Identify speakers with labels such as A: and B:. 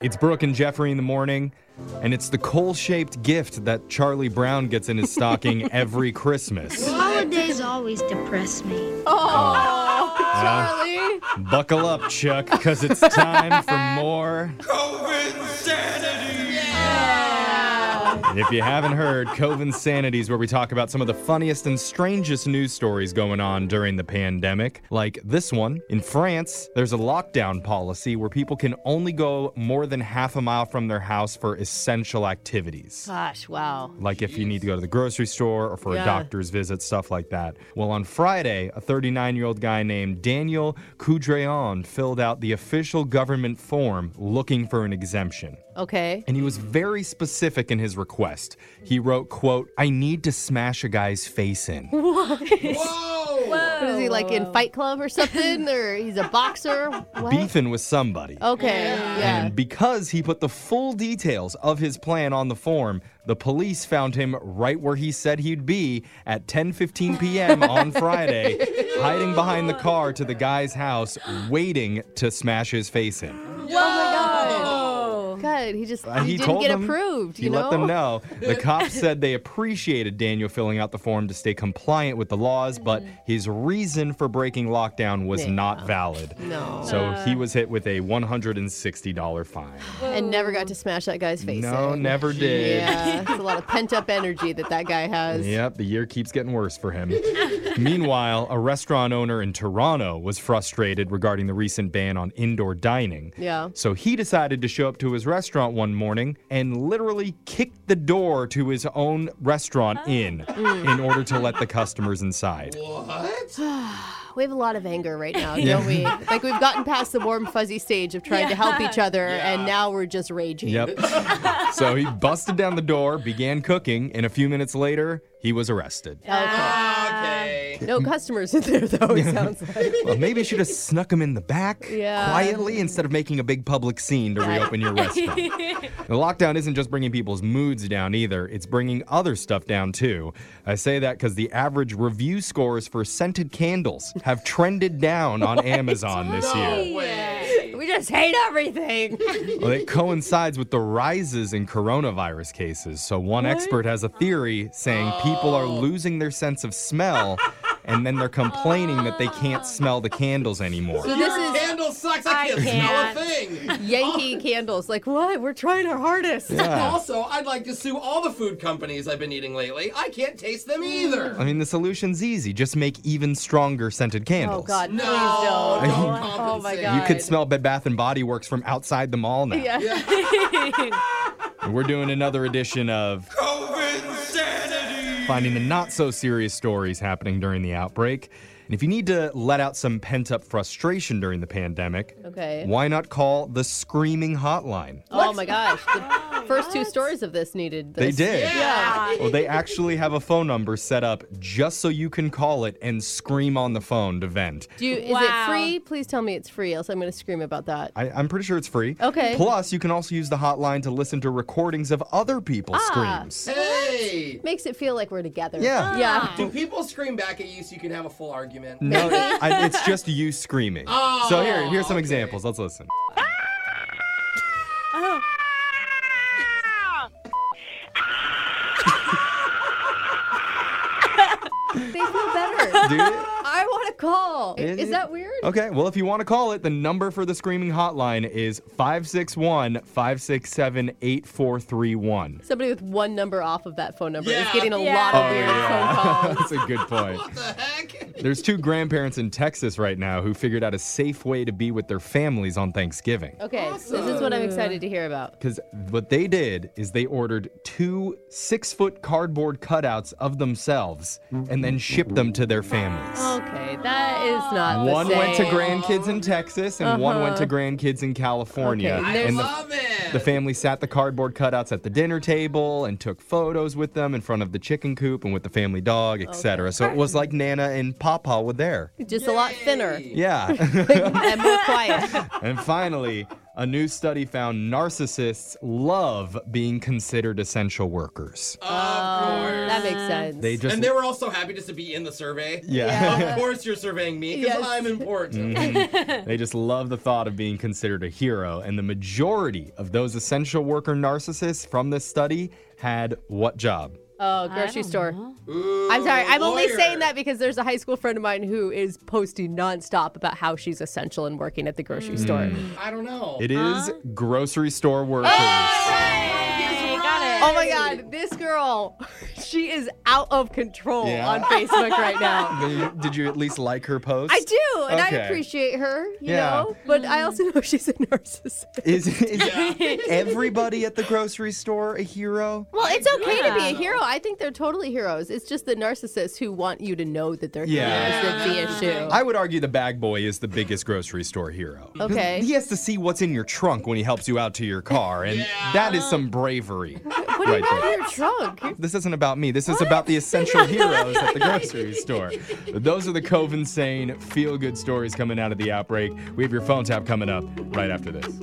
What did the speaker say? A: It's Brooke and Jeffrey in the morning, and it's the coal shaped gift that Charlie Brown gets in his stocking every Christmas.
B: Holidays always depress me.
A: Uh, buckle up, Chuck, because it's time for more. And If you haven't heard, Cove Insanity is where we talk about some of the funniest and strangest news stories going on during the pandemic. Like this one. In France, there's a lockdown policy where people can only go more than half a mile from their house for essential activities.
C: Gosh, wow.
A: like if you need to go to the grocery store or for a
C: Yeah.
A: doctor's visit, stuff like that. Well, on Friday, a 39 year old guy named Daniel Coudreon filled out the official government form looking for an exemption.
C: Okay.
A: And he was very specific in his request. He wrote, quote, I need to smash a guy's face in.
C: What is he like in Fight Club or something? or he's a boxer? What?
A: Beefing with somebody.
C: Okay. Yeah.
A: And because he put the full details of his plan on the form, the police found him right where he said he'd be at 10:15 p.m. on Friday, hiding behind the car to the guy's house, waiting to smash his face in.
C: Good. He just
A: Uh,
C: he, didn't
A: told
C: get
A: them-
C: approved.
A: He
C: You know.
A: let them know. The cops said they appreciated Daniel filling out the form to stay compliant with the laws, but his reason for breaking lockdown was not valid.
C: No.
A: So he was hit with a $160 fine.
C: And never got to smash that guy's face.
A: No,
C: in.
A: never did.
C: Yeah. It's a lot of pent up energy that that guy has.
A: Yep, the year keeps getting worse for him. Meanwhile, a restaurant owner in Toronto was frustrated regarding the recent ban on indoor dining.
C: Yeah.
A: So he decided to show up to his restaurant one morning and literally kicked the door to his own restaurant in in order to let the customers inside.
C: We have a lot of anger right now, don't we? Like we've gotten past the warm fuzzy stage of trying to help each other, and now we're just raging.
A: Yep. so he busted down the door, began cooking, and a few minutes later, he was arrested.
C: Okay. No customers in there though. It sounds like.
A: Well, maybe you should have snuck him in the back
C: Yeah.
A: quietly instead of making a big public scene to reopen your restaurant. the lockdown isn't just bringing people's moods down either, it's bringing other stuff down too. I say that because the average review scores for scented candles have trended down on Amazon this year.
C: We just hate everything.
A: Well, it coincides with the rises in coronavirus cases. So, one expert has a theory saying people are losing their sense of smell. And then they're complaining that they can't smell the candles anymore.
C: So this is
D: Candle sucks. I can't smell a thing.
C: Yankee candles. Like, what? We're trying our hardest. Oh,
D: Also, I'd like to sue all the food companies I've been eating lately. I can't taste them either.
A: I mean, the solution's easy. Just make even stronger scented
C: Oh,
A: candles.
C: God.
D: No,
C: please don't.
D: don't
C: Oh, my
D: compensate.
C: God.
A: You could smell Bed Bath and Body Works from outside the mall now.
C: Yeah.
A: And We're doing another edition of finding the not so serious stories happening during the outbreak. And if you need to let out some pent up frustration during the pandemic,
C: Okay.
A: why not call the screaming hotline?
C: Oh, my gosh. The first two stories of this needed
A: They
C: this.
A: did.
C: Yeah.
A: Well, they actually have a phone number set up just so you can call it and scream on the phone to vent.
C: Do you, is
E: Wow.
C: it free? Please tell me it's free, else I'm going to scream about that.
A: I, I'm pretty sure it's free.
C: Okay.
A: Plus, you can also use the hotline to listen to recordings of other people's screams.
D: Hey,
C: Makes it feel like we're together.
A: Yeah.
C: Yeah.
D: do people scream back at you so you can have a full argument?
A: No, I, it's just you screaming.
D: Oh,
A: so here, here's some
D: okay.
A: examples. Let's listen.
C: They feel better.
A: Dude.
C: I want to call.
A: It- Oh.
C: Is that weird?
A: Okay, well, if you want to call it, the number for the screaming hotline is 561 567 8431.
C: Somebody with one number off of that phone number is
D: Yeah.
C: getting a
E: Yeah.
C: lot
A: Oh,
C: of weird phone calls.
A: That's a good point.
D: What the heck?
A: There's two grandparents in Texas right now who figured out a safe way to be with their families on Thanksgiving.
C: Okay, this is what I'm excited to hear about.
A: Because what they did is they ordered two six foot cardboard cutouts of themselves and then shipped them to their families.
C: Okay, that is not Oh, the
A: One went to
C: same. Uh-huh.
A: grandkids in Texas and one went to grandkids in California.
C: Okay,
D: I
C: there's-
A: and the,
D: love it.
A: the family sat the cardboard cutouts at the dinner table and took photos with them in front of the chicken coop and with the family dog, etc. So it was like Nana and Papa were there.
C: Just a lot thinner
D: Yay.
A: Yeah.
C: and more quiet.
A: and finally, a new study found narcissists love being considered essential workers.
D: Of course.
C: That makes sense.
A: They just
D: and they were also happy just to be in the survey.
A: Yeah. Mm.
D: of course you're surveying me because
C: Yes.
D: I'm important.
A: They just love the thought of being considered a hero. And the majority of those essential worker narcissists from this study had what job?
E: I
C: oh, grocery
E: don't
C: store.
E: know.
D: Ooh,
C: I'm sorry. I'm only
D: lawyer.
C: saying that because there's a high school friend of mine who is posting nonstop about how she's essential and working at the grocery store.
D: I don't know.
A: It
C: Uh-huh.
A: is grocery store workers.
C: Ah!
E: Hey, got it.
C: Oh my God, this girl, she is out of control
A: Yeah.
C: on Facebook right now.
A: Did you- Did you at least like her post?
C: I do, and I
A: Okay.
C: appreciate her, you
A: Yeah.
C: know, but I also know she's a narcissist.
A: Is, is
D: Yeah.
A: everybody at the grocery store a hero?
C: Well, it's okay to be
D: Yeah.
C: a hero. I think they're totally heroes. It's just the narcissists who want you to know that they're
A: Yeah.
C: heroes that's the issue.
A: I would argue the bag boy is the biggest grocery store hero.
C: Okay.
A: He has to see what's in your trunk when he helps you out to your car, and
D: Yeah.
A: that is some bravery.
C: What do you
A: right
C: got
A: there.
C: in your trunk?
A: This isn't about me. This is about the essential heroes at the grocery store. But those are the Cove Insane feel good stories coming out of the outbreak. We have your phone tap coming up right after this.